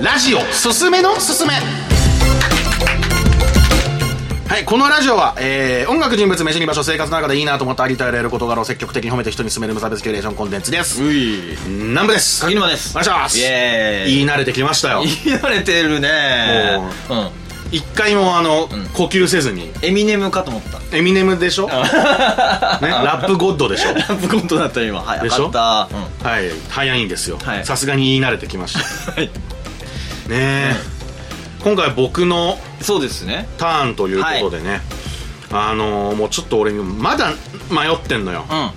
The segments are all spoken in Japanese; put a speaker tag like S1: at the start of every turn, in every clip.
S1: ラジオすすめのすすめはい、このラジオは、えー、音楽、人物、飯に場所、生活の中でいいなと思ったありたいらやる事柄を積極的に褒めて人に勧める無差別キュレーションコンテンツです。
S2: うい
S1: 南部です。
S2: 柿沼です
S1: お願いします。
S2: イエーイ
S1: 言い慣れてきましたよ。
S2: 言われてるねうん
S1: 一回もあの、呼吸せずに。
S2: エミネムかと思った
S1: エミネムでしょ、ね、ラップゴッドでしょ
S2: ラップコントだった今早
S1: でし
S2: か
S1: ょ
S2: ったうん
S1: はい、早いんですよ
S2: はい
S1: さすがに言い慣れてきました
S2: はい
S1: ねえ、今回僕の
S2: そうですね
S1: ターンということでね、あのーもうちょっと俺まだ迷ってんのよ
S2: うん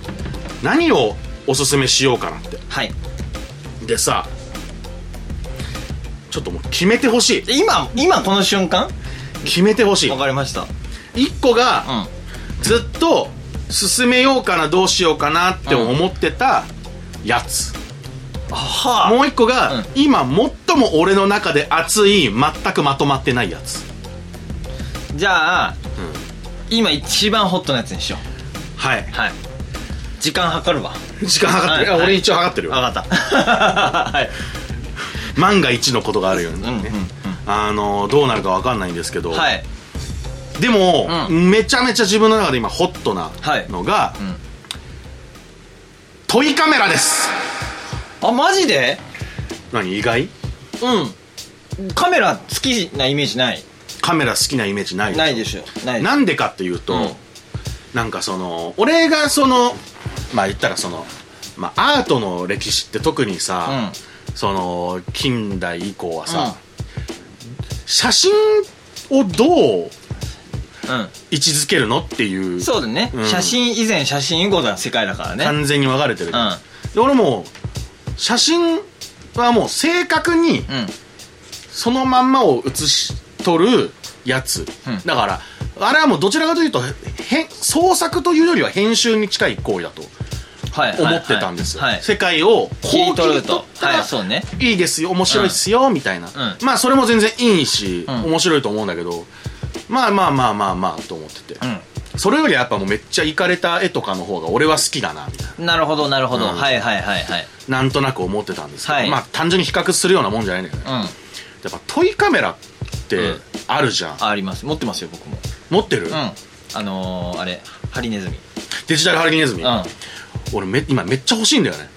S1: 何をおすすめしようかなって
S2: はい
S1: でさちょっともう決めてほしい
S2: 今今この瞬間
S1: 決めてほしい
S2: わかりましたうん
S1: 1個が
S2: は
S1: ずっと進めようかなどうしようかなって思ってたやつ、
S2: あ
S1: もう1個が、
S2: うん
S1: 今最も俺の中で熱い全くまとまってないやつ
S2: じゃあ、今一番ホットなやつにしよ
S1: はいう
S2: はい時間計るわ
S1: 時間計ってる、
S2: はい
S1: あ俺一応計ってるよ
S2: わかっ たはい
S1: 万が一のことがあるようにね、
S2: うんうんうん
S1: あのどうなるかわかんないんですけど、
S2: はい
S1: でも、
S2: う
S1: めちゃめちゃ自分の中で今ホットな
S2: はい
S1: のが、
S2: ん
S1: トイカメラです
S2: あマジで
S1: 何意外
S2: うんカメラ好きなイメージない
S1: カメラ好きなイメージないでしょ
S2: ないでしょない
S1: なんでかっていうと、
S2: うん
S1: なんかその俺がそのまあ言ったらその、まあ、アートの歴史って特にさ、その近代以降はさ、写真をどう
S2: うん
S1: 位置づけるのっていう
S2: そうだね、
S1: うん
S2: 写真以前写真以後の世界だからね
S1: 完全に分かれてる、
S2: うん
S1: で俺もう写真はもう正確に
S2: うん
S1: そのまんまを写し取るやつ、
S2: うん
S1: だからあれはもうどちらかというとへん創作というよりは編集に近い行為だと
S2: はいはいはい
S1: 思ってたんですよ、
S2: はい
S1: 世界を
S2: 切
S1: こう
S2: り取る
S1: 取
S2: と
S1: ったら
S2: はいそうね
S1: いいですよ面白いですよ、みたいな、
S2: う
S1: まあそれも全然いいし、
S2: うん
S1: 面白いと思うんだけどまあまあまあまあまあと思ってて、
S2: う
S1: それよりやっぱもうめっちゃイカれた絵とかの方が俺は好きだなみたいなん
S2: なるほどなるほど、
S1: うん
S2: はいはいはいはい
S1: なんとなく思ってたんですけど、
S2: はい
S1: まあ単純に比較するようなもんじゃないんだよね、
S2: うん
S1: やっぱトイカメラって
S2: うん
S1: あるじゃん、
S2: あります持ってますよ僕も
S1: 持ってる、
S2: うんあのー、あれハリネズミ
S1: デジタルハリネズミ、
S2: う
S1: 俺め今めっちゃ欲しいんだよね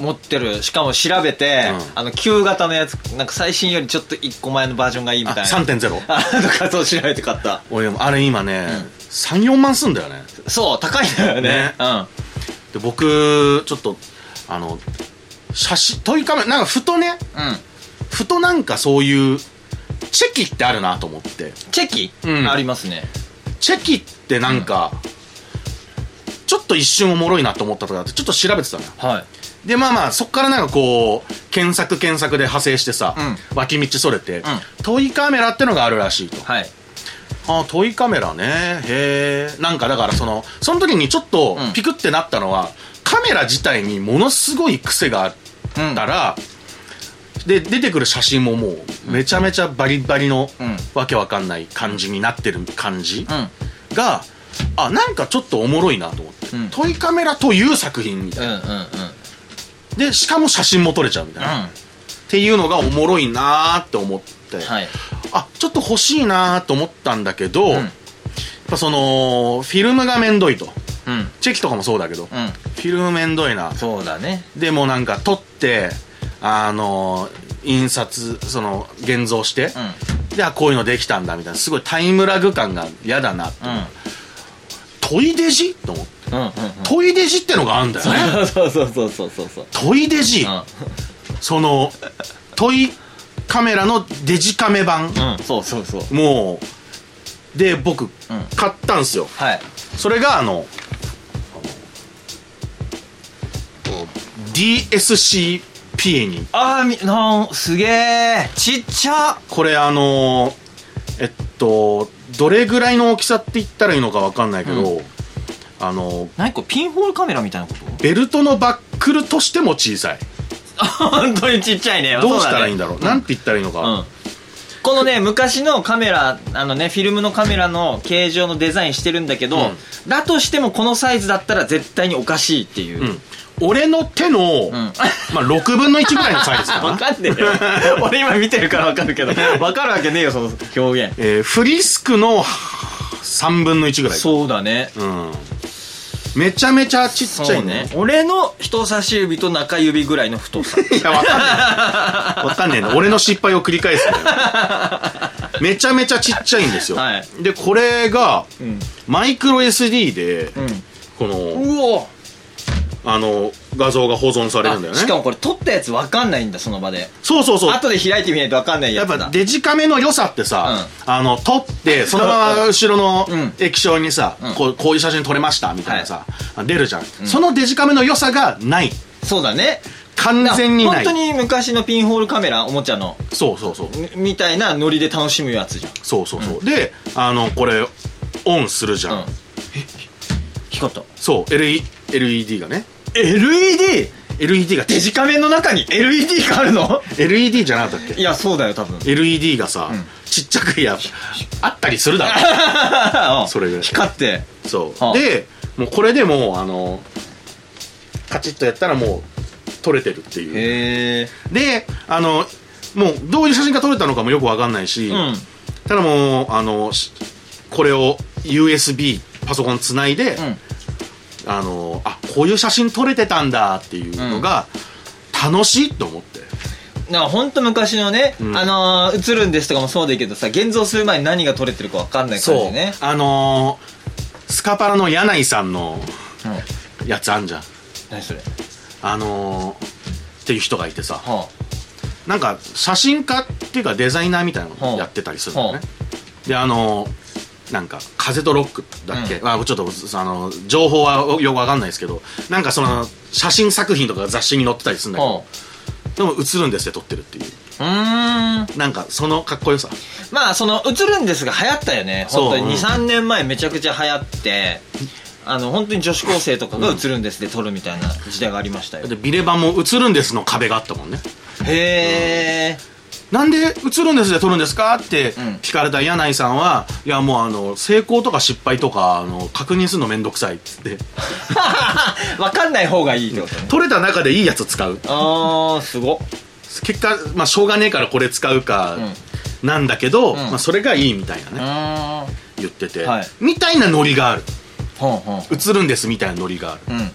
S2: ん持ってるしかも調べて、
S1: うん
S2: あの旧型のやつなんか最新よりちょっと1個前のバージョンがいいみ
S1: あ
S2: たいな
S1: 3.0
S2: あとかそう調べて買った
S1: 俺あれ今ね、34万すんだよね
S2: そう高いんだよね
S1: ね
S2: うんは
S1: で僕ちょっとあの写真トイカメラなんかふとね
S2: うん
S1: ふとなんかそういうチェキってあるなと思って
S2: チェキ、
S1: うん
S2: ありますね
S1: チェキってなんか、ちょっと一瞬おもろいなと思ったとかあってちょっと調べてたのよ
S2: はい
S1: でまあまあそっからなんかこう検索検索で派生してさ、
S2: う
S1: 脇道それて、トイカメラってのがあるらしいと
S2: はい
S1: ああトイカメラねへえなんかだからそのその時にちょっと
S2: うん
S1: ピクってなったのは、カメラ自体にものすごい癖があったら、で出てくる写真ももうめちゃめちゃバリバリの、
S2: うん
S1: わけわかんない感じになってる感じ
S2: うん
S1: が、あなんかちょっとおもろいなと思って、
S2: うん
S1: トイカメラという作品みたい
S2: うんうんうん
S1: なでしかも写真も撮れちゃうみたいな、っ
S2: う
S1: ていうのがおもろいなーって思って、
S2: んはい
S1: あちょっと欲しいなーと思ったんだけど、
S2: ん
S1: やっぱそのフィルムがめんどいと
S2: うん
S1: チェキとかもそうだけど、フ
S2: うん
S1: ィルムめんどいな
S2: そうだね
S1: でもなんか撮ってあの印刷その現像して、であこういうのできたんだみたいなすごいタイムラグ感が嫌だなって、
S2: うんうん
S1: トイデジと思って
S2: うんうん
S1: トイデジってのがあるんだよね
S2: うん そうそうそうそうそうそう
S1: トイデジ、
S2: う
S1: そのトイカメラのデジカメ版、
S2: んうんそうそうそう
S1: もうで僕、買ったんすよ
S2: はい
S1: それがあのあの DSCP に
S2: ああみなんすげえちっちゃ
S1: これあのーえっとどれぐらいの大きさって言ったらいいのか分かんないけど、あの
S2: 何これピンホールカメラみたいなこと
S1: ベルトのバックルとしても小さい
S2: 本当にちっちゃいね
S1: どうしたらいいんだろう
S2: ね
S1: なんて言ったらいいのか、
S2: うんこのね昔のカメラあのねフィルムのカメラの形状のデザインしてるんだけど、
S1: うん
S2: だとしてもこのサイズだったら絶対におかしいっていう、
S1: うん俺の手の、
S2: ん
S1: まあ、6分の1ぐらいのサイズか
S2: わ
S1: な
S2: かんねえよ。俺今見てるからわかる けど。わかるわけねえよ、その表現。
S1: えーフリスクの3分の1ぐらい
S2: そうだね。
S1: うんめちゃめちゃちっちゃ
S2: そう
S1: いね
S2: ね。俺の人差し指と中指ぐらいの太さ。
S1: いやわかんないわかんねえな俺の失敗を繰り返すね めちゃめちゃちっちゃいんですよ、
S2: はい
S1: でこれが、
S2: ん
S1: マイクロ SD で、
S2: ん
S1: この
S2: うお
S1: あの画像が保存されるんだよね
S2: しかもこれ撮ったやつわかんないんだ、その場で。
S1: そうそうそう
S2: 後で開いてみないとわかんない
S1: や
S2: や
S1: っ
S2: つだ。
S1: ぱデジカメの良さってさ、あの撮ってそのまま後ろの
S2: ん
S1: 液晶にさ、
S2: ん
S1: こうこういう写真撮れましたみたいなさ、出るじゃん、そのデジカメの良さがない
S2: そうだね。
S1: 完全にない
S2: 本当に昔のピンホールカメラ、おもちゃの、
S1: そうそうそう
S2: みみたいなノリで楽しむやつじゃん。
S1: そうそうそう、であのこれオンするじゃん、
S2: うん光った。
S1: そう LE LED がね
S2: LED?
S1: LED が
S2: デジカメの中に LED があるの
S1: LED じゃなかったっ
S2: いや、そうだよ、多分。
S1: け LED がさ、ちっちゃくやあったりするだろ
S2: うん
S1: それぐらい
S2: 光って。
S1: そ
S2: はあ
S1: うでもうこれでもうあのカチッとやったらもう撮れてるっていう
S2: へえ。
S1: であのもうどういう写真が撮れたのかもよくわかんないし、
S2: うん。
S1: ただもうあのしこれを USB パソコンつないで、
S2: ん
S1: あのあこういう写真撮れてたんだっていうのが楽しいと思って、
S2: なんかほんと昔のね、
S1: ん
S2: あのー映るんですとかもそうだけどさ、現像する前に何が撮れてるかわかんない感じね。
S1: あのースカパラの柳井さんの
S2: うん。
S1: やつあんじゃん
S2: 何それ。
S1: あのーっていう人がいてさ、
S2: は
S1: なんか写真家っていうかデザイナーみたいなのをやってたりするのね、
S2: は
S1: であのなんか「風とロック」だっけ、あちょっとあの情報はよくわかんないですけどなんかその写真作品とか雑誌に載ってたりするんだ
S2: あ。
S1: け
S2: は
S1: ど、でも映るんですって撮ってるっていう
S2: あ。うーん。
S1: なんかそのかっこよさ
S2: まあその映るんですが流行ったよね
S1: そう
S2: 本当に
S1: うん
S2: 23年前めちゃくちゃ流行ってあの本当に女子高生とかが映るんですで撮るみたいな時代がありましたよ
S1: でビレバンも「映るんです」の壁があったもんね
S2: へえ
S1: なんで映るんですで撮るんですかって
S2: ん
S1: 聞かれた柳井さんは、いやもうあの成功とか失敗とかあの確認するのめんどくさいっつって
S2: 分かんない方がいいってこ とね
S1: 撮れた中でいいやつ使う
S2: ああすごっ
S1: 結果、まあ、しょうがねえからこれ使うかなんだけど、まあ、それがいいみたいな
S2: う
S1: ね、
S2: ーん
S1: 言ってて、
S2: はい
S1: みたいなノリがある
S2: ほんほん
S1: 映るんですみたいなノリがある
S2: うん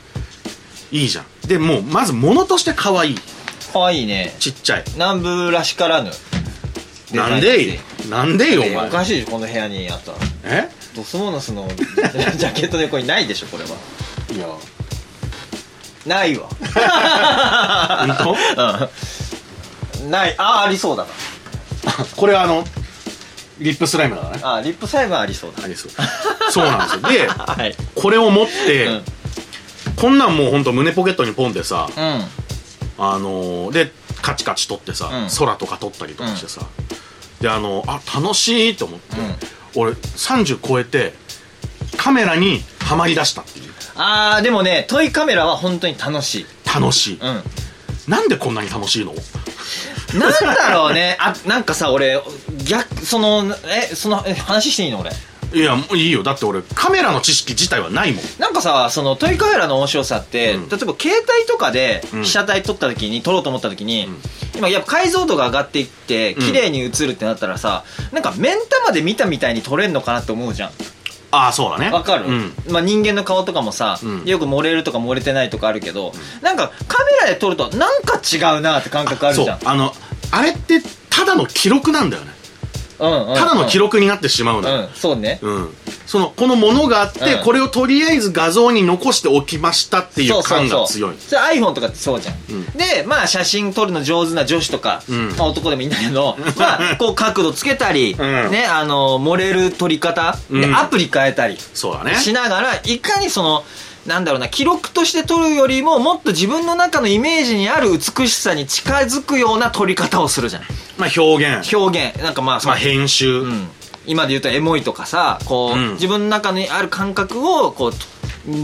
S1: いいじゃんでもうまず物として可愛い
S2: かわいいね
S1: ちっちゃい
S2: 南部らしからぬ
S1: なんでよなんでよ
S2: デザイ
S1: お
S2: ンっておか
S1: 前
S2: しいでしょこの部屋にあった
S1: え
S2: ドスモノスのジャケットの横にないでしょこれはい
S1: や
S2: ないわ
S1: 本
S2: うんないああありそうだな
S1: 当これはあのリップスライムだからね
S2: あリップサイバーありそうだ
S1: ありそう そうなんですよで
S2: はい
S1: これを持って、
S2: うん
S1: こんなんもうほんと胸ポケットにポンでさ、
S2: うん
S1: あのーでカチカチ撮ってさ、
S2: うん
S1: 空とか撮ったりとかしてさ、であのあ楽しいと思って、俺30超えてカメラにはまりだしたっていう
S2: あーでもねトイカメラは本当に楽しい
S1: 楽しい、
S2: うん
S1: なんでこんなに楽しいの
S2: なんだろうねあなんかさ俺逆そのえそのえ話していいの俺
S1: いやもういいよだって俺カメラの知識自体はないもん
S2: なんかさそのトイカメラの面白さって、
S1: うん
S2: 例えば携帯とかで
S1: うん
S2: 被写体撮った時に、撮ろうと思った時に、今やっぱ解像度が上がっていって
S1: ん
S2: 綺麗に映るってなったらさ、なんか目ん玉で見たみたいに撮れんのかなって思うじゃん
S1: ああそうだね
S2: わかる、
S1: うん、
S2: まあ、人間の顔とかもさ、
S1: うん
S2: よく漏れるとか漏れてないとかあるけど、なんかカメラで撮るとなんか違うなって感覚ある
S1: そ
S2: じゃ
S1: うんあのあれってただの記録なんだよね
S2: うんうんうん
S1: ただの記録になってしまうのよ、
S2: うんそうね
S1: うん、そのこのものがあって、
S2: うん
S1: これをとりあえず画像に残しておきましたってい
S2: そううそ
S1: 感
S2: うそ
S1: が
S2: う
S1: 強い
S2: それ iPhone とかってそうじゃん、
S1: ん
S2: でまあ写真撮るの上手な女子とか、
S1: ん
S2: まあ、男でもいいんだけ どまあこう角度つけたり、
S1: ん
S2: ねあの漏れる撮り方、
S1: う
S2: で
S1: ん
S2: アプリ変えたり
S1: そうだね
S2: しながらいかにそのなんだろうな記録として撮るよりももっと自分の中のイメージにある美しさに近づくような撮り方をするじゃない
S1: まあ表現
S2: 表現なんかまあそ
S1: まあ
S2: の
S1: 編集、
S2: うん、今で言うとエモいとかさこう、
S1: うん
S2: 自分の中にある感覚をこう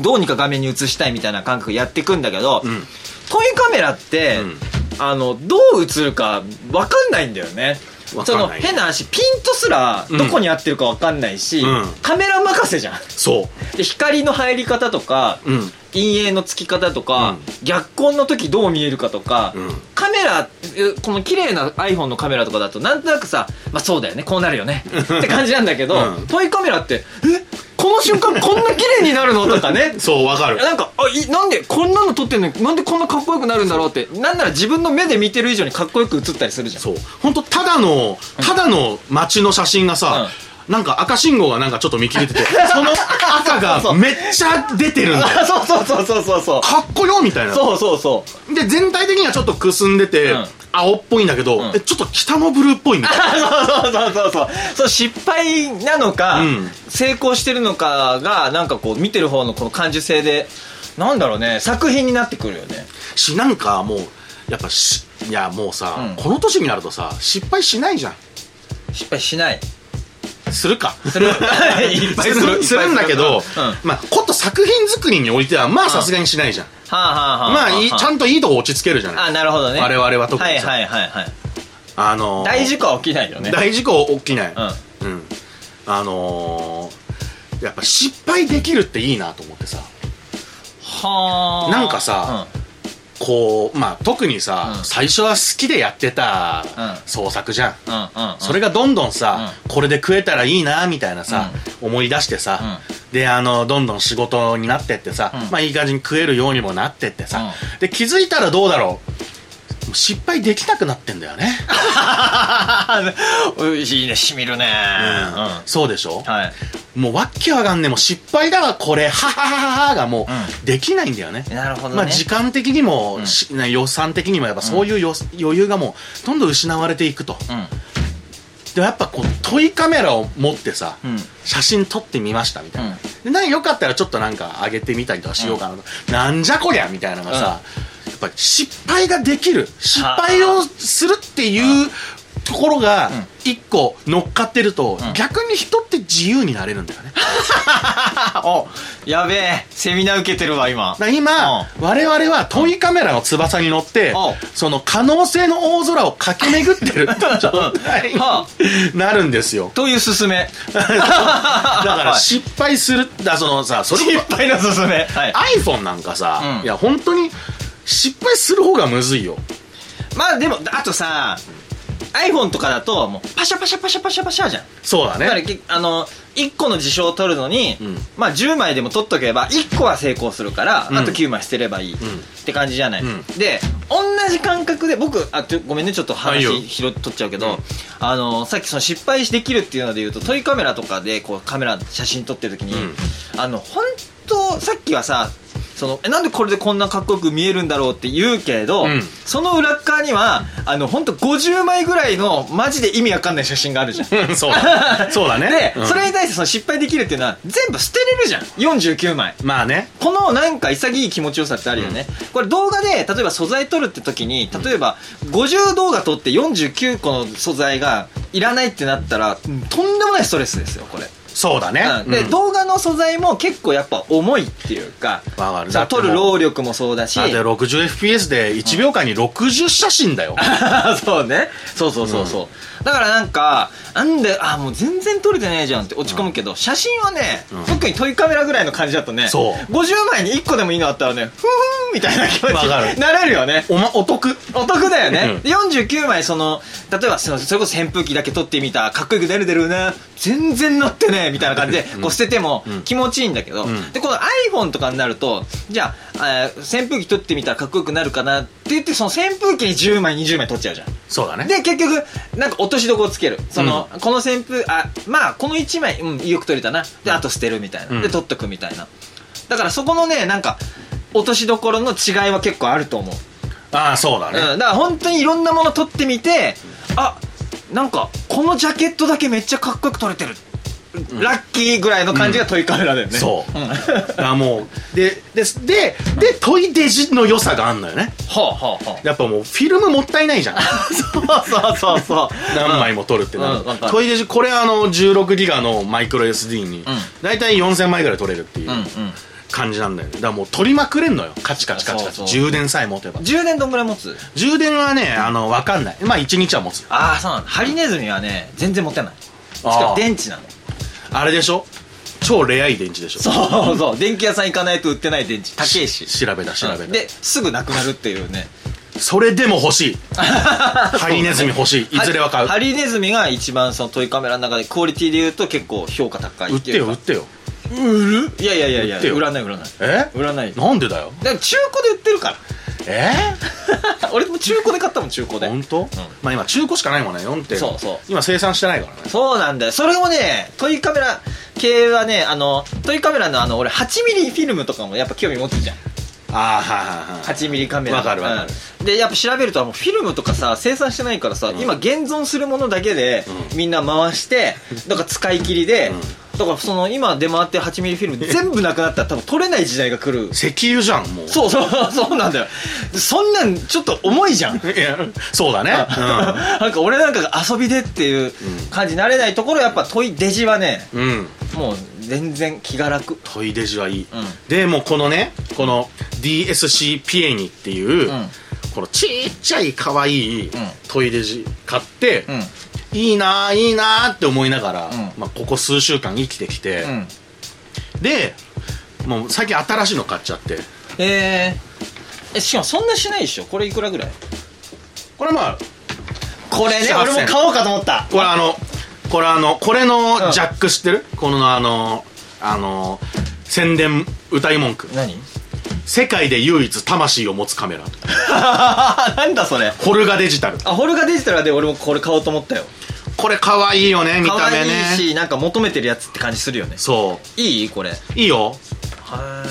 S2: どうにか画面に映したいみたいな感覚やってくんだけど、
S1: ん
S2: トイカメラって、
S1: うん
S2: あのどう映るか分かんないんだよね
S1: わ
S2: そ
S1: かん
S2: の
S1: ない
S2: 変な話ピントすらどこに合ってるかわかんないし、
S1: うん
S2: カメラ任せじゃん
S1: そ
S2: で光の入り方とか、
S1: ううん
S2: 陰影のつき方とか、
S1: うん
S2: 逆光の時どう見えるかとか、
S1: うん
S2: カメラえこの綺麗な iPhone のカメラとかだとなんとなくさまあそうだよねこうなるよねって感じなんだけど、
S1: うん
S2: トイカメラってえこの瞬間こんな綺麗になるのとか ね
S1: そうわかる
S2: なんかあいなんでこんなの撮ってんのになんでこんなかっこよくなるんだろうってなんなら自分の目で見てる以上にかっこよく映ったりするじゃん
S1: そう本当ただのただの街の写真がさ、なんか赤信号がなんかちょっと見切れ ててその赤がめっちゃ出てるんだよ
S2: あ そうそうそうそうそうそう
S1: かっこよみたいな
S2: そうそうそう
S1: で全体的にはちょっとくすんでて、
S2: うん
S1: 青っぽいんだけど、
S2: ん
S1: えちょっと北のブルーっぽいみたいな
S2: そうそうそうそうそう失敗なのか、
S1: うん
S2: 成功してるのかがなんかこう見てる方のこの感受性でなんだろうね作品になってくるよね
S1: しなんかもうやっぱしいやもうさ、
S2: うん
S1: この年になるとさ失敗しないじゃん
S2: 失敗しない
S1: するか
S2: するいっぱいする
S1: するんだけ
S2: うん
S1: ど、
S2: はあ
S1: まあこと作品作りにおいてはまあさすがにしないじゃん、
S2: はあはあ
S1: まあいい
S2: は
S1: ちゃんといいとこ落ち着けるじゃない
S2: あなるほどね
S1: 我々は特にさ
S2: はいはいはいはい
S1: あのー
S2: 大事故は起きないよね
S1: 大事故起きない、
S2: う
S1: うんあのーやっぱ失敗できるっていいなと思ってさ
S2: はあ
S1: なんかさ、こうまあ特にさ、
S2: うん
S1: 最初は好きでやってた
S2: うん
S1: 創作じゃん、
S2: うん、うんうんうん
S1: それがどんどんさ、これで食えたらいいなみたいなさ、思い出してさ、であのどんどん仕事になってってさ、
S2: うん
S1: まあいい感じに食えるようにもなってってさ、
S2: う
S1: で気づいたらどうだろうもう失敗できなくなってんだよね、
S2: うん いいねしみるね
S1: うんそうでしょ、
S2: はい
S1: もうわっけわかんねえもう失敗だわこれははははがもうできないんだよね、
S2: なるほどね、
S1: まあ、時間的にも、
S2: うん
S1: しね予算的にもやっぱそういうよ、余裕がもうどんどん失われていくとでやっぱこうトイカメラを持ってさ、
S2: うん
S1: 写真撮ってみましたみたいな、
S2: うん
S1: でなんかよかったらちょっとなんか上げてみたりとかしようかなと、なんじゃこりゃみたいなのがさ、やっぱり失敗ができる失敗をするっていうところが
S2: ん
S1: 一個乗っかってると、
S2: ん
S1: 逆に人って自由になれるんだよね
S2: おやべえセミナー受けてるわ今
S1: だから今、
S2: うん
S1: 我々はトイカメラの翼に乗って、
S2: うん
S1: その可能性の大空を駆け巡ってる状態に
S2: は
S1: なるんですよ
S2: という勧め だ
S1: だか
S2: から
S1: 失敗するだそのさそれ
S2: 失
S1: こ
S2: 敗の勧め、はい、
S1: そ iPhone なんかさ、
S2: うん
S1: いや本当に失敗する方がむずいよ
S2: まあでもあとさ iPhone とかだともうパシャパシャパシャパシャパシャじゃん
S1: そうだ
S2: だから
S1: ね
S2: けあの1個の事象を取るのに、
S1: うん
S2: まあ10枚でも取っとけば1個は成功するから、
S1: うん
S2: あと9枚捨てればいい、
S1: ん
S2: って感じじゃない、
S1: うん
S2: で同じ感覚で僕あちょごめんねちょっと
S1: あいい
S2: 話
S1: よ
S2: 拾っとっちゃうけど、
S1: うん
S2: あのさっきその失敗できるっていうので言うとトイカメラとかでこうカメラ写真撮ってる時に、あの本当さっきはさそのえなんでこれでこんなかっこよく見えるんだろうって言うけれど、
S1: うん
S2: その裏側にはあの本当50枚ぐらいのマジで意味わかんない写真が あるじゃん
S1: そう だそうだね
S2: で、
S1: うん
S2: それに対してその失敗できるっていうのは全部捨てれるじゃん49枚
S1: まあね
S2: このなんか潔い気持ちよさってあるよね、これ動画で例えば素材撮るって時に例えば50動画撮って49個の素材がいらないってなったらうんとんでもないストレスですよこれ、
S1: そうだね、
S2: うんで、
S1: うん
S2: 動画の素材も結構やっぱ重いっていうか
S1: わかる
S2: そ
S1: だ
S2: う
S1: って
S2: 撮
S1: もう
S2: る労力もそうだし
S1: だって 60fps で1秒間に60写真だよ、
S2: そうねそうそうそうそう、だからなんかなんであもう全然撮れてないじゃんって落ち込むけど、写真はね、
S1: うん
S2: 特にトイカメラぐらいの感じだとね
S1: そう
S2: 50枚に1個でもいいのあったらねふんふんみたいな気持ち
S1: わかる
S2: になれるよね
S1: おまお得
S2: お得だよね
S1: う、ん
S2: で49枚その例えばそのそれこそ扇風機だけ撮ってみたかっこよく出る出るな全然なってねみたいな感じでこう捨てても
S1: うん
S2: 気持ちいいんだけど、
S1: うん
S2: でこの iPhone とかになるとじゃあ、えー扇風機撮ってみたらかっこよくなるかなって言ってその扇風機に10枚20枚撮っちゃうじゃん
S1: そうだね
S2: で結局なんか落としどころつけるその、この扇風あまあこの1枚、うん、よく取れたなであと捨てるみたいな、
S1: うん
S2: で取っとくみたいなだからそこのねなんか落としどころの違いは結構あると思う、
S1: ああそうだね、
S2: うん、だから本当にいろんなもの取ってみてあなんかこのジャケットだけめっちゃかっこよく取れてる、ラッキーぐらいの感じがトイカメラだよね、
S1: そうん
S2: は
S1: だからもうででででトイデジの良さがあんのよね
S2: あはあは
S1: やっぱもうフィルムもったい ないじゃん
S2: あそうそうそうそう
S1: 何枚も撮るってなる、
S2: うんわかる
S1: トイデジこれあの16ギガのマイクロ SD に
S2: ん
S1: 大体4000枚ぐらい撮れるっていう、
S2: うんうん
S1: 感じなんだよねだからもう取りまくれんのよカチカチカチカチ
S2: そうそう
S1: 充電さえ持てば
S2: 充電どんぐらい持つ
S1: 充電はねあの分かんないまあ1日は持つ
S2: ああそうなんだハリネズミはね全然持てないし
S1: あ
S2: かも
S1: ー
S2: 電池なのよ
S1: あれでしょ超レアい電池でしょ
S2: そうそう電気屋さん行かないと売ってない電池高いし
S1: 調べた調べた
S2: ですぐなくなるっていうね
S1: それでも欲 しいハリネズミ欲しいいずれは買う
S2: ハリネズミが一番そのトイカメラの中でクオリティで言うと結構評価高い
S1: 売ってよ売
S2: 売
S1: ってよ
S2: 売るいやいやいやい
S1: 売っ
S2: や
S1: てよ
S2: 売らない売らない
S1: え
S2: 売らないでも
S1: なんでだよ
S2: 中古で売ってるから
S1: え
S2: 俺も中古で買ったもん中古で
S1: 本当、まあ今中古しかないもんね4点
S2: そうそう
S1: 今生産してないからね
S2: そうなんだよそれもねトイカメラ系はねあのトイカメラのあの俺 8mm フィルムとかもやっぱ興味持つじゃん
S1: ああはいはいはい
S2: 8ミリカメラ
S1: わかるわかる
S2: うんでやっぱ調べるともうフィルムとかさ生産してないからさ、今現存するものだけで、みんな 回してだから使い切りで、だからその今出回ってる8ミリフィルム全部なくなったら多分取れない時代が来る
S1: 石油じゃんもう
S2: そうそう そうなんだよそんなんちょっと重いじゃん
S1: いやそうだね、うん
S2: なんか俺なんかが遊びでっていう感じになれないところやっぱ問いデジはね
S1: うん、
S2: もう全然気が楽
S1: トイデジはいい、
S2: うん
S1: でもうこのねこの DSC ピエニっていう、
S2: うん
S1: このちっちゃい可愛いトイデジ買って、
S2: うん
S1: いいなあいいなあって思いながら、
S2: ん
S1: まあ、ここ数週間生きてきて、
S2: うん
S1: でもう最近新しいの買っちゃって
S2: えー、えしかもそんなしないでしょこれいくらぐらい
S1: これまあ
S2: これね
S1: すいませ
S2: 俺
S1: ん
S2: も買おうかと思った
S1: これあのこれあのこれのジャック知ってる、このあのあの宣伝歌い文句
S2: 何
S1: 世界で唯一魂を持つカメラ
S2: なんだそれ
S1: ホルガデジタル
S2: あホルガデジタルはで俺もこれ買おうと思ったよ
S1: これ可愛いよね見
S2: 可
S1: た目
S2: 愛い
S1: ね
S2: しなんか求めてるやつって感じするよね
S1: そ
S2: いいこれ
S1: ういいよ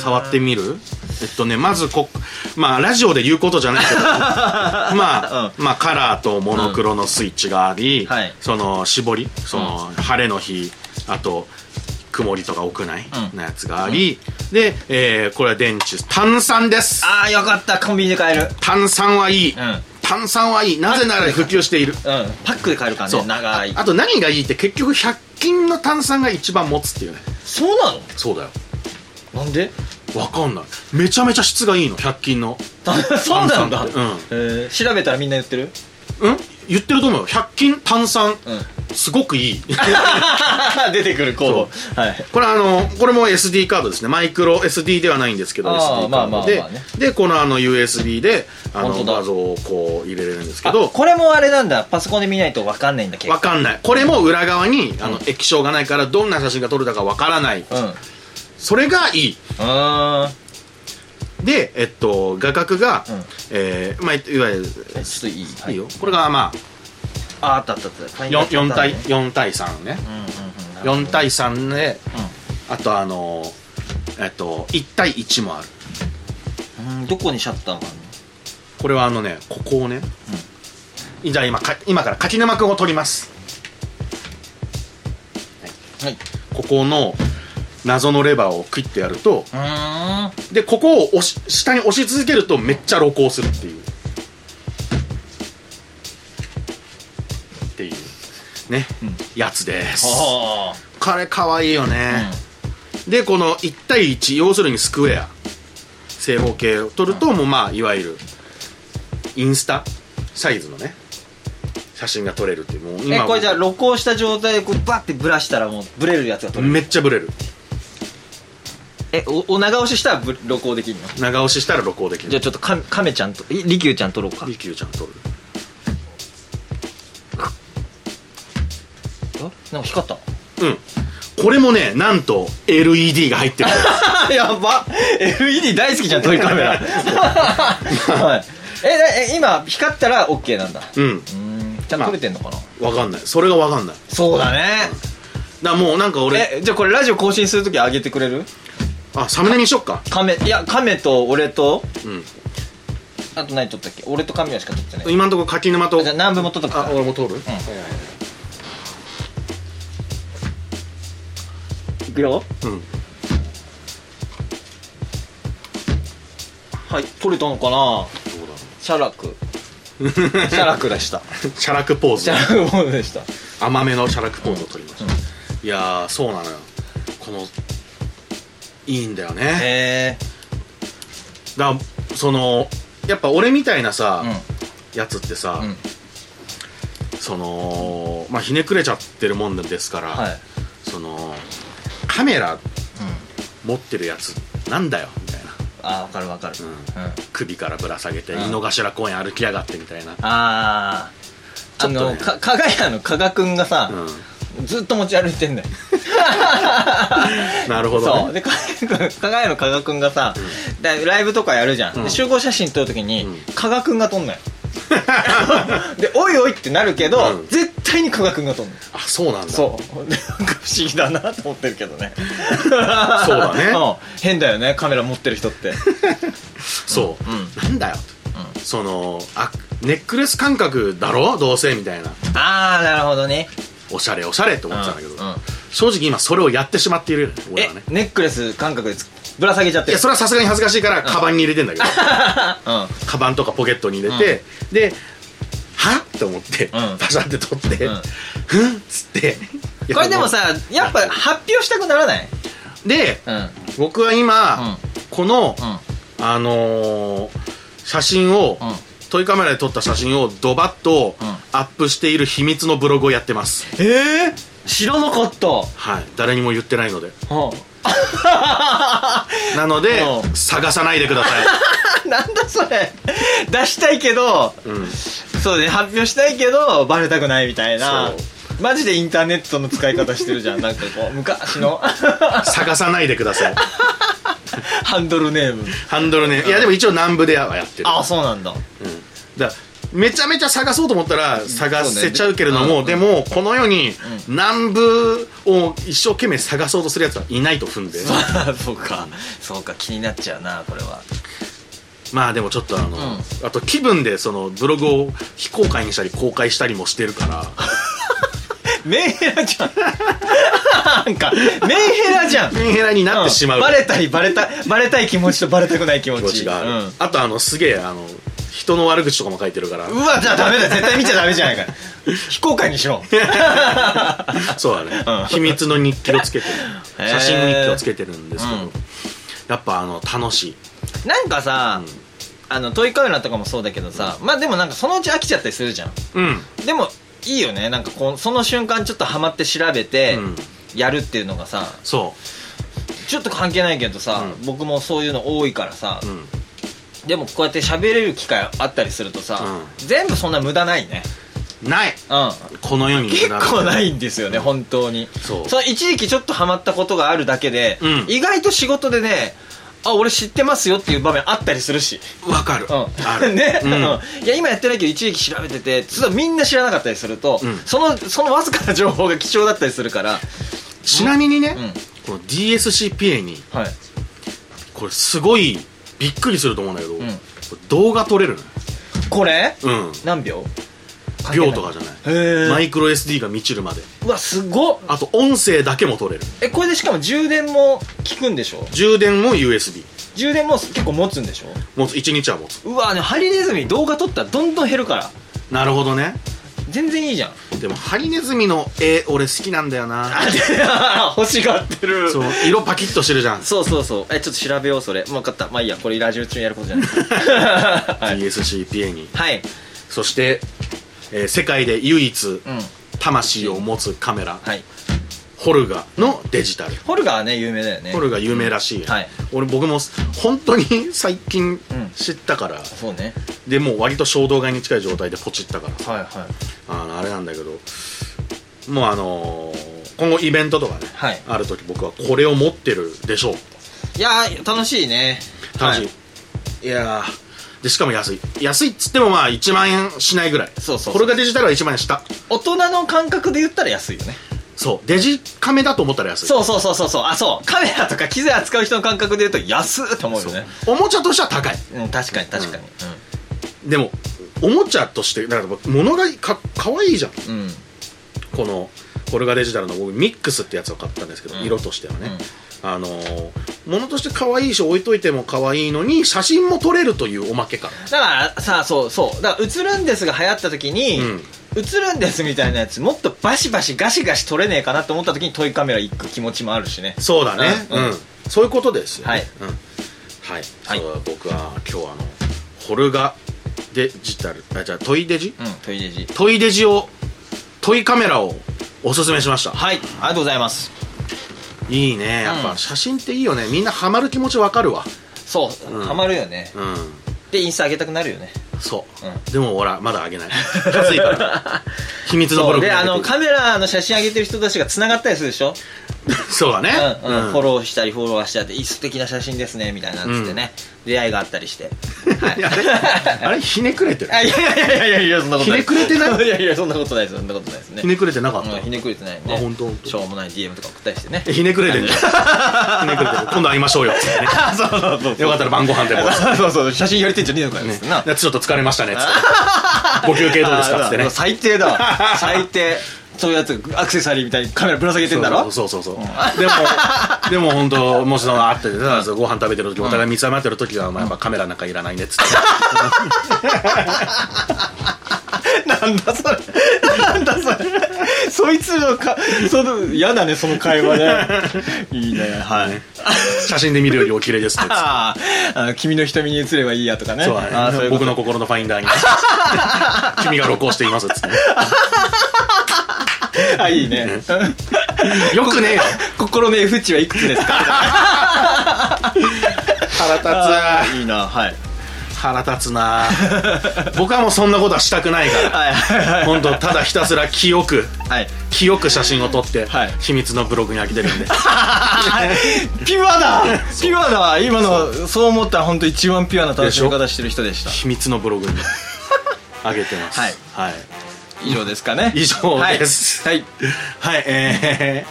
S1: 触ってみるえっとねまずこまあラジオで言うことじゃ ないけどまあ、まあカラーとモノクロのスイッチがあり、
S2: はい
S1: その絞りその、晴れの日あと曇りとか屋内
S2: うん
S1: のやつがあり、で、えーこれは電池炭酸です
S2: ああよかったコンビニで買える
S1: 炭酸はいい、
S2: うん
S1: 炭酸はいいなぜなら普及している
S2: うんパックで買えるから
S1: そ
S2: ね
S1: う
S2: 長い
S1: あと何がいいって結局100均の炭酸が一番持つっていうね
S2: そうなの
S1: そうだよ
S2: なんで
S1: わかんないめちゃめちゃ質がいいの100均の
S2: そうなんだ、
S1: うん
S2: えー調べたらみんな言ってる
S1: うん言ってると思うよ100均炭酸、
S2: う
S1: すごくい い
S2: 出てくる候補はい
S1: これあのこれも SD カードですねマイクロ SD ではないんですけど
S2: あー
S1: SD カ
S2: まあま
S1: ー
S2: あ
S1: ドで、
S2: まあね
S1: でこのあの USB であの
S2: 本当だ
S1: 画像をこう入れれるんですけ
S2: あ
S1: ど
S2: これもあれなんだパソコンで見ないと分かんないんだけど
S1: わかんないこれも裏側にあの液晶がないからどんな写真が撮れたかわからない、
S2: うんう
S1: それがいい
S2: ーん
S1: で、えっと、画角が、
S2: うん
S1: えーまあ、いわゆる
S2: えちょっといい、
S1: いいよこれがまあ
S2: ああったあったあった
S1: 4, 四対
S2: うん
S1: 4対3ね、
S2: うんうん
S1: 4対3で
S2: うん
S1: あとあのえっと1対1もある
S2: うんどこにシャッターがある
S1: これはあのねここをね、じゃあ今か今から柿沼君を取ります
S2: の
S1: ここの謎のレバーをクイッてやると
S2: はいうん
S1: でここを押し下に押し続けるとめっちゃ露光するっていうっていうね、やつです
S2: は
S1: 彼可愛いよね、
S2: あ
S1: でこの1対1要するにスクエア正方形を取ると、もうまあいわゆるインスタサイズのね写真が撮れるっていうもう
S2: え
S1: 今
S2: これじゃあ露光した状態でこうバッてブラしたらもうブレるやつが取れる
S1: めっちゃブレる
S2: えおお長押ししたらブ露光できるの
S1: 長押ししたら露光でき
S2: じゃあ
S1: る
S2: ちょっとカメカメちゃんといリキュウちゃん撮ろうか
S1: リキューちゃん撮る
S2: あなんか光った
S1: うんこれもねなんと LED が入 ってる
S2: やば LED 大好きじゃんトイカ メラはいえだえ今光ったら OK なんだ
S1: うん
S2: うんちゃんと撮れてんのかな
S1: わかんないそれがわかんない
S2: そうだね
S1: だからもうなんか俺
S2: えじゃあこれラジオ更新するとき上げてくれる
S1: あサムネにしよっか
S2: カメいやカメと俺と
S1: うん
S2: あと何撮ったっけ俺とカメはしか撮ってない
S1: 今んとこ柿沼と
S2: じゃあ南部も撮っとくか
S1: あ俺も撮る、
S2: いくよ
S1: うん
S2: はい撮れたのかな
S1: どうだろ
S2: 写楽写楽で した
S1: う チャラクポーズ
S2: 写楽ものでした
S1: 甘めのシャラクポーズを取りました、いやーそうなのよこのいいんだよね
S2: へえ
S1: だからそのやっぱ俺みたいなさ、
S2: う
S1: やつってさ、
S2: んうん
S1: そのまあひねくれちゃってるもんですから、
S2: はい
S1: そのカメラ
S2: うん
S1: 持ってるやつなんだよみたいな
S2: あーわかるわかる
S1: うん
S2: うん
S1: 首からぶら下げて
S2: うん
S1: 井の頭公園歩きやがってみたいな、
S2: ああ、
S1: ちょっと
S2: あの
S1: ね
S2: か加賀屋の加賀くんがさ、
S1: う
S2: ずっと持ち歩いてんだよ
S1: ん、なるほど、
S2: そう
S1: ね、
S2: で加賀屋くん加賀屋の加賀くんがさ、でライブとかやるじゃん、
S1: うん
S2: で集合写真撮るときに、
S1: うん
S2: 加賀くんが撮 んのよでおいおいってなるけど、
S1: うん
S2: 絶対に加賀くんが撮んのよ
S1: あそうなんだ
S2: そう でなんか不思議だなと思ってるけど ねそう
S1: だね
S2: ん変だよねカメラ持ってる人 って
S1: そう、
S2: うん
S1: なんだよ、そのあネックレス感覚だろどうせみたいな
S2: ああなるほどね
S1: おしゃれおしゃれって思ってたんだけど、
S2: うんうん
S1: 正直今それをやってしまっているよね俺
S2: え
S1: はね
S2: ネックレス感覚でつぶら下げちゃっ
S1: い
S2: てる
S1: やそれはさすがに恥ずかしいからカバンに入れてんだけど、
S2: うん
S1: カバンとかポケットに入れて、ではって思って、
S2: ん
S1: パシャって取って、
S2: うん
S1: ふんっつって
S2: これでもさ
S1: い
S2: やっぱ発表したくならない
S1: で
S2: うんうん
S1: 僕は今、この、
S2: うん
S1: あのー写真を、
S2: うん
S1: トイカメラで撮った写真をドバッと
S2: うん
S1: アップしている秘密のブログをやってます、
S2: ええ知らなかった
S1: はい誰にも言ってないので
S2: う
S1: なので
S2: うん
S1: 探さないでください、
S2: ん なんだそれ出したいけど
S1: うん、
S2: そうね発表したいけどバレたくないみたいな
S1: そう
S2: マジでインターネットの使い方してるじゃんなんかこう昔の
S1: 探さないでください
S2: ハンドルネーム
S1: ハンドルねいやでも一応南部ではやってる
S2: ああそうなんだ
S1: うんだからめちゃめちゃ探そうと思ったら探せちゃうけれども、
S2: そうね
S1: でもこの世に南部を一生懸命探そうとするやつはいないと踏んで
S2: そうかそうか気になっちゃうなこれは
S1: まあでもちょっとあの、
S2: ん
S1: あと気分でそのブログを非公開にしたり公開したりもしてるから
S2: メンヘラじゃん なんかメンヘラじゃん
S1: メンヘラになってしまう、
S2: んバレたいバレたバレたい気持ちとバレたくない気持ち
S1: 気持ちがある、
S2: うん
S1: あとあのすげえあの人の悪口とかも書いてるから
S2: うわじゃあダメだ絶対見ちゃダメじゃないか非公開にしろ
S1: そうだね、
S2: うん
S1: 秘密の日記をつけて
S2: へー
S1: る写真日記をつけてるんですけど、
S2: うん
S1: やっぱあの楽しい
S2: なんかさ、あのトイカメラとかもそうだけどさまあでもなんかそのうち飽きちゃったりするじゃん
S1: うん
S2: でもいいよねなんかこうその瞬間ちょっとハマって調べて、
S1: うん
S2: やるっていうのがさ
S1: そ
S2: ちょっと関係ないけどさ、
S1: うん
S2: 僕もそういうの多いからさ、
S1: ううん
S2: でもこうやって喋れる機会あったりするとさ、
S1: う
S2: 全部そんな無駄ないね
S1: ない
S2: うん
S1: この世に
S2: 結構ないいんですよね、本当に
S1: そう
S2: の一時期ちょっとハマったことがあるだけで、
S1: うん
S2: 意外と仕事でねあ俺知ってますよっていう場面あったりするし
S1: わかる、
S2: うん
S1: ある
S2: ね、
S1: うん
S2: うんいや今やってないけど一時期調べてて実はみんな知らなかったりすると、
S1: うん
S2: そのそのわずかな情報が貴重だったりするから
S1: ちなみにね、
S2: うん
S1: この DSCPA に
S2: はい
S1: これすごいびっくりすると思うんだけど、
S2: ん
S1: これ動画撮れる
S2: これ
S1: のようん
S2: 何秒
S1: 秒とかじゃ
S2: へ
S1: な
S2: ー
S1: いマイクロ SD が満ちるまで
S2: うわすごっ
S1: あと音声だけも撮れる
S2: えこれでしかも充電も効くんでしょ
S1: 充電も USB
S2: 充電も結構持つんでしょ
S1: 持つ1日は持つ
S2: うわねハリネズミ動画撮ったらどんどん減るから
S1: なるほどね
S2: 全然いいじゃん
S1: でもハリネズミの絵俺好きなんだよな
S2: あ 欲しがってる
S1: そう色パキッとしてるじゃん
S2: そうそうそうえちょっと調べようそれ分かったまあいいやこれラジオ中にやること じゃないはい、
S1: DSCPA に
S2: はい、
S1: そして、えー世界で唯一
S2: うん
S1: 魂を持つカメラ、
S2: はい、
S1: ホルガのデジタル
S2: ホルガーね有名だよね
S1: ホルガ有名らしい、
S2: はい
S1: 俺僕も本当に最近
S2: ん
S1: 知ったから、
S2: そうね
S1: でもう割と衝動買いに近い状態でポチったから
S2: はいはい
S1: あのあれなんだけどもうあのー今後イベントとかね、
S2: はい
S1: ある時僕はこれを持ってるでしょう
S2: いやー楽しいね
S1: 楽しい、、
S2: はい
S1: やーでしかも安い安いっつってもまあ1万円しないぐらい
S2: そうそうそう
S1: これがデジタルは1万円した
S2: 大人の感覚で言ったら安いよね
S1: そうデジカメだと思ったら安い
S2: そうそうそうそうそうあそうカメラとか機材扱う人の感覚で言うと安っと思うよね、
S1: おもちゃとしては高いう
S2: ん、確かに確かに
S1: でもおもちゃとしてだから物がかかわいいじゃん
S2: うん、うん
S1: このこれがデジタルの僕ミックスってやつを買ったんですけど、
S2: うん
S1: 色としてはね、あのー物として可愛いし置いといても可愛いのに写真も撮れるというおまけ感
S2: だからさそうそうだから「映るんです」が流行った時に
S1: うん
S2: 「映、るんです」みたいなやつもっとバシバシガシガシ撮れねえかなと思った時にトイカメラ行く気持ちもあるしね
S1: そうだね
S2: うん
S1: うん、
S2: うん
S1: そういうことですよね
S2: はい
S1: うんはい
S2: はい
S1: そう僕は今日はあのホルガデジタルあじゃあトイデジ、
S2: うんトイレジ
S1: トイデジをトイカメラをおすすめしました
S2: はいありがとうございます
S1: いいねやっ
S2: う
S1: ぱ
S2: ん
S1: 写真っていいよねみんなハマる気持ちわかるわ
S2: そう、
S1: うん
S2: ハマるよね
S1: うん
S2: でインスタ上げたくなるよね
S1: そう、
S2: う
S1: でもほらまだあげない安い から秘密のブ
S2: そ
S1: ロ
S2: う
S1: グに
S2: であ
S1: 上
S2: の
S1: げて
S2: カメラの写真上げてる人たちがつながったりするでしょ、
S1: そうだね
S2: うんうん
S1: うん
S2: フォローしたりフォロワーしたりでいい素敵な写真ですねみたいなつってね、出会いがあったりしてはい
S1: いやあれあれひねくれてる
S2: あいやいやいやいやいやそんなことない
S1: ひねくれてない
S2: や いやそんなことないですそんなことないですね
S1: ひねくれてなかっ
S2: うんひ
S1: た
S2: ねくれてないね
S1: あ本当本当
S2: しょうもない DM とか送ったりしてね
S1: ひねくれて るひねくれてる今度会いましょうよっつってね
S2: あそうそう そう
S1: よかったら晩ご飯でも
S2: そうそうそう写真やりてんじゃねえのかよつってな
S1: ねちょっと疲れましたねっつ ってご休憩どうですかっつって
S2: あ
S1: ね
S2: ー最 低だわ最低そういうやつアクセサリーみたいにカメラぶら下げてんだろ
S1: そうそうそうそうでもでも本 当もしその会っててさご飯食べてる時お互い見つめ合ってる時はまあやっぱカメラなんかいらないねっつって
S2: なんだそれなんだそれそいつのかその嫌だねその会 話ねいいねはい、
S1: 写真で見るよりお綺麗ですねっつって
S2: あーあの君の瞳に映ればいいやとかね
S1: そう
S2: あ
S1: だ
S2: ーそうい
S1: ね
S2: うこと
S1: 僕の心のファイン ダーに君が録音していますっつってね
S2: あいい ね
S1: よくねえよ
S2: 心の F 値はいくつです か
S1: 腹立
S2: いいなはい
S1: つ腹立つな僕はもうそんなことはしたくないから
S2: はいはい
S1: 本当ただひたすら清く
S2: はい
S1: 清く写真を撮って、
S2: はい
S1: 秘密のブログに上げてるんで
S2: ピュアだピュアだわ今のそう思ったら本当一番ピュアな楽しみ方してる人でした
S1: 秘密のブログ に上げてます
S2: はい、
S1: はい
S2: 以上ですかね
S1: 以上です
S2: はい、はい
S1: はい、え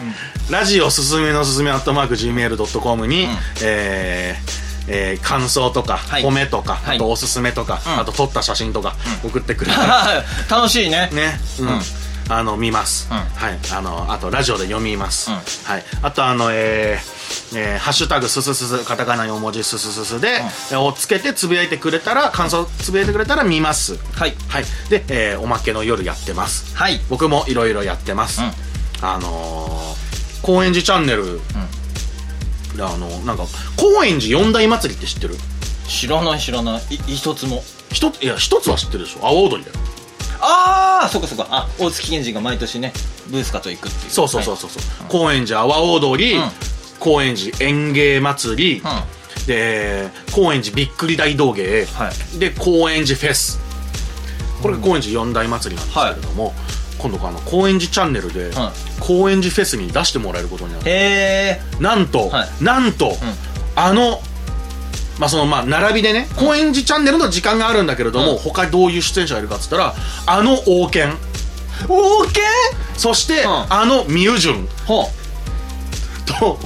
S1: ーラジオすすめのすすめアットマーク Gmail.com に、
S2: ん
S1: えーえー感想とか、
S2: はい
S1: 褒めとか、
S2: はい
S1: あとおすすめとか、
S2: ん
S1: あと撮った写真とか送ってくれたら、
S2: 楽しい ね
S1: ね、うん、
S2: うん
S1: あの見ます、
S2: うん
S1: はい、あのあとラジオで読みます、
S2: うん
S1: はい、あとあのえーえーハッシュタグすすすすカタカナ4文字すすすすで、をつけてつぶやいてくれたら感想つぶやいてくれたら見ます
S2: はい
S1: はいで、えーおまけの夜やってます
S2: はい
S1: 僕もいろいろやってます、
S2: うん
S1: あのー、高円寺チャンネル、あのなんか高円寺四大祭りって知ってる
S2: 知らない知らないい一つも
S1: 一ついや一つは知ってるでしょ阿波踊りだよ
S2: ああそっかそっかあ大月健二が毎年ねブースカと行くっていう
S1: そうそうそうそうそう、高円寺阿波踊り、
S2: うん
S1: 高円寺園芸祭り、
S2: はい
S1: で高円寺びっくり大道芸、
S2: はい
S1: で高円寺フェスこれが高円寺四大祭りなんですけれども、今度あの高円寺チャンネルで、
S2: ん
S1: 高円寺フェスに出してもらえることになる
S2: へえ
S1: なんと、
S2: はい
S1: なんと、あのまあそのまあ並びでね高円寺チャンネルの時間があるんだけれども、
S2: うん
S1: 他どういう出演者がいるかっつったらあの王権
S2: オーケ
S1: そして、
S2: うん
S1: あのミュジュン
S2: ーほ
S1: と、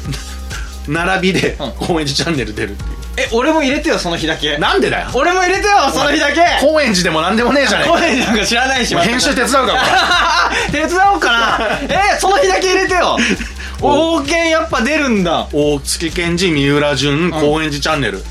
S1: 並びで
S2: うん
S1: 高円寺チャンネル出るっていう
S2: え俺も入れてよその日だけ
S1: なんでだよ
S2: 俺も入れてよその日だけ
S1: 高円寺でもなんでもねえじゃねえか
S2: 声なんか知らないし
S1: お前編集手伝うからこ
S2: 手伝おうかなえその日だけ入れて よ王権やっぱ出るんだ
S1: れ 大月健二三浦淳高円寺チャンネル、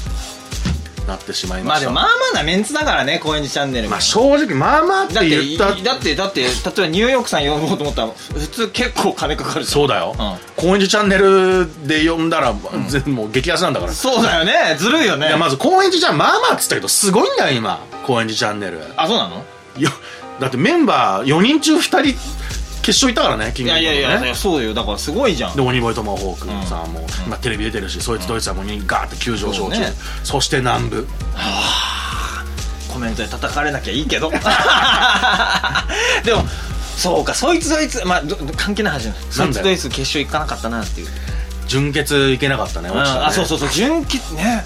S1: なってしまい
S2: ま
S1: ま
S2: あ
S1: し
S2: で
S1: た
S2: もまあまあなメンツだからね高円寺チャンネルも
S1: まあ正直まあまあっ
S2: だってて
S1: 言った
S2: いだってだって例えばニューヨークさん呼ぼうと思ったら普通結構金かかるじゃん
S1: そうだよ、
S2: ん
S1: 高円寺チャンネルで呼んだら、全部もう激安なんだから、
S2: そうだよねずるいよね
S1: いやまず高円寺ちゃんまあまあっつったけどすごいんだよ今高円寺チャンネル
S2: あそうなの
S1: いやだってメンバー4人中2人決勝いたからねキン
S2: い
S1: グオ
S2: や
S1: ブ
S2: い
S1: コント
S2: や
S1: ね
S2: いやいやそうよだからすごいじゃん
S1: で鬼越トマホークさんも、まあ、テレビ出てるしそいつドイツはもう人気ガーって急上昇中
S2: そう
S1: そ,、
S2: ね
S1: して南部
S2: コメントで叩かれなきゃいいけ どでもそうかそいつどいつまあど関係ない話じゃないそ
S1: ないんだ
S2: つ
S1: よ
S2: どいつ決勝行かなかったなっていう
S1: 純潔いけなかったね落ちたね
S2: あそうそうそう純潔ね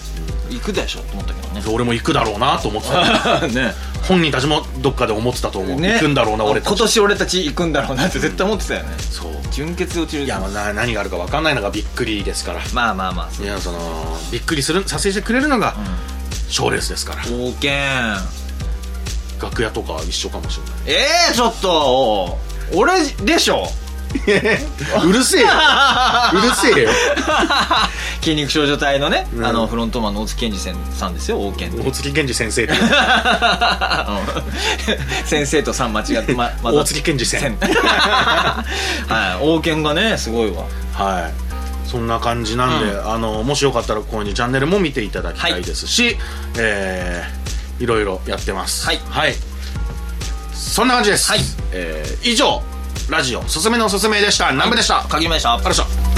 S2: 行くでしょと思ったけどね
S1: 俺も行くだろうなと思ってた
S2: ね
S1: 本人たちもどっかで思ってたと思う、
S2: ね
S1: 行くんだろうな俺た
S2: 今
S1: ち
S2: 年俺たち行くんだろうなって絶対思ってたよね
S1: そう
S2: 純潔で落ちる
S1: いやまあな何があるか分かんないのがびっくりですからい
S2: まあまあまあそう
S1: やそのびっくりするさせてくれるのが賞レースですから、
S2: 冒険
S1: 楽屋とかは一緒かもしれない
S2: ええちょっと俺でし ょ
S1: うるせ えようるせえよ
S2: 筋肉少女隊のね、
S1: うん
S2: あのフロントマンの大月健二さんですよ王健
S1: 大月健二先生って
S2: 先生とさん間違 って、ま、ま
S1: 大月健二先生
S2: はい王健がねすごいわ
S1: はいそんな感じなんで、
S2: う
S1: あのもしよかったら購入チャンネルも見ていただきたいですし、えーいろいろやってます
S2: はい
S1: そんな感じです、
S2: はい
S1: えー以上ラジオすすめのすすめでした南部でした、あり
S2: 鍵めでした
S1: がとうございました